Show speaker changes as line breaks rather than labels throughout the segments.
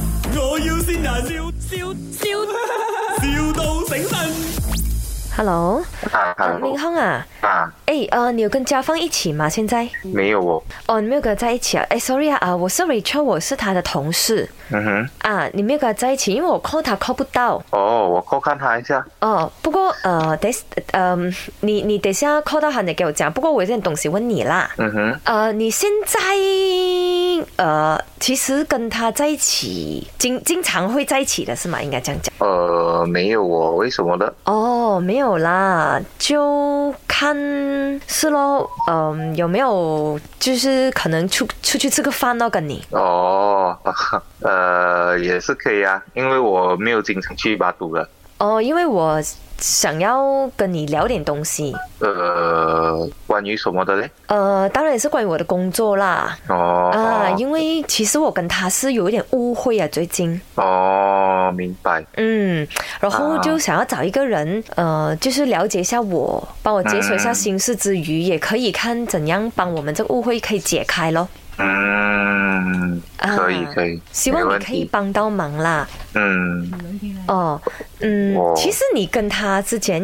要先人，笑笑笑，,笑到醒神。
Hello，
啊
呃明
，hello，
亨啊，
啊，
哎呃，你有跟家芳一起吗？现在？
没有哦，
哦，你没有跟他在一起啊？哎，sorry 啊，啊，我是 Rachel，我是他的同事
嗯哼，
啊，你没有跟他在一起，因为我 call 他 call 不到
哦，我过看他一下，
哦。不过呃，等一下呃，你你等一下 call 到他，你给我讲。不过我有件东西问你啦，
嗯哼，
呃，你现在呃，其实跟他在一起，经经常会在一起的是吗？应该这样讲。
呃，没有哦，为什么呢？
哦，没有啦，就看是咯，嗯，有没有就是可能出出去吃个饭咯，跟你
哦，呃，也是可以啊，因为我没有经常去巴都了，
哦，因为我想要跟你聊点东西，
呃，关于什么的嘞？
呃，当然也是关于我的工作啦，
哦，
啊，因为其实我跟他是有一点误会啊，最近，
哦，明白，
嗯，然后
啊
就想要找一个人，呃，就是了解一下我，帮我解锁一下
嗯
心事之余，也可以看怎样帮我们这个误会可以解开咯。
嗯，
啊
可以可以，
希望
没
你
问
可以
题，
帮到忙啦。
嗯，
哦，嗯
哦，
其实你跟他之前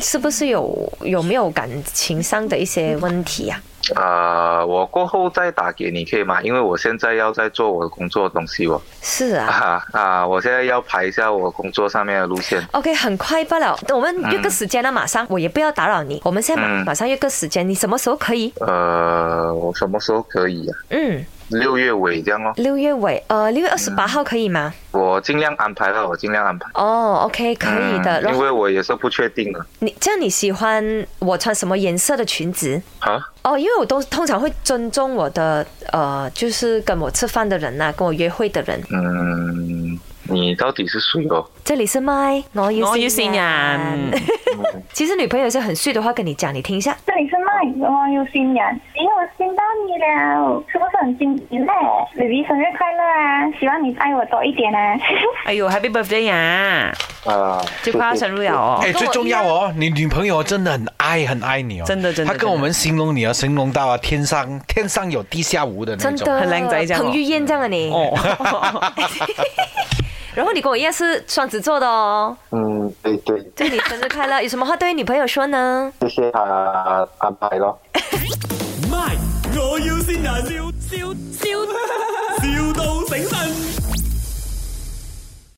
是不是有有没有感情上的一些问题啊呀、
呃，我过后再打给你，可以吗？因为我现在要在做我的工作的东西哦。
是啊。
啊啊！我现在要排一下我工作上面的路线。
OK，很快罢了，我们约个时间了，马上，我也不要打扰你，我们现在马
嗯
马上约个时间，你什么时候可以？
呃，我什么时候可以啊？
嗯，
六月尾这样哦。
六月尾，呃，六月二十八号可以吗？
我尽量安排了，我尽量安排。
哦，OK，可以的。
嗯
然
因
后
为我也是不确定的。啊
你这样你喜欢我穿什么颜色的裙子？
啊，
哦，因为我都通常会尊重我的呃，就是跟我吃饭的人呐、啊跟我约会的人。
嗯，你到底是谁哦？
这里是麦，我要
我要善人。
其实女朋友是很碎的话跟你讲，你听一下。
这里是麦，我有新人，咦，我见到你了，是不是很惊喜呢？baby 生日快乐啊！希望你爱我多一点啊！
哎呦，Happy Birthday 啊！
啊，
就快要生日了哦
哎、。最重要哦，你女朋友真的很爱很爱你哦，
真的真的
她跟我们形容你啊，形容到啊，天上天上有地下无的那
真
种。
的，
很靓仔这样哦
彭于晏这样啊你。
哦，
然后你跟我一样是双子座的哦，
嗯，对 对，
祝你生日快乐！有什么话对女朋友说呢？
谢谢他呃安排咯。
My，我要先人，笑笑笑，,笑到醒神。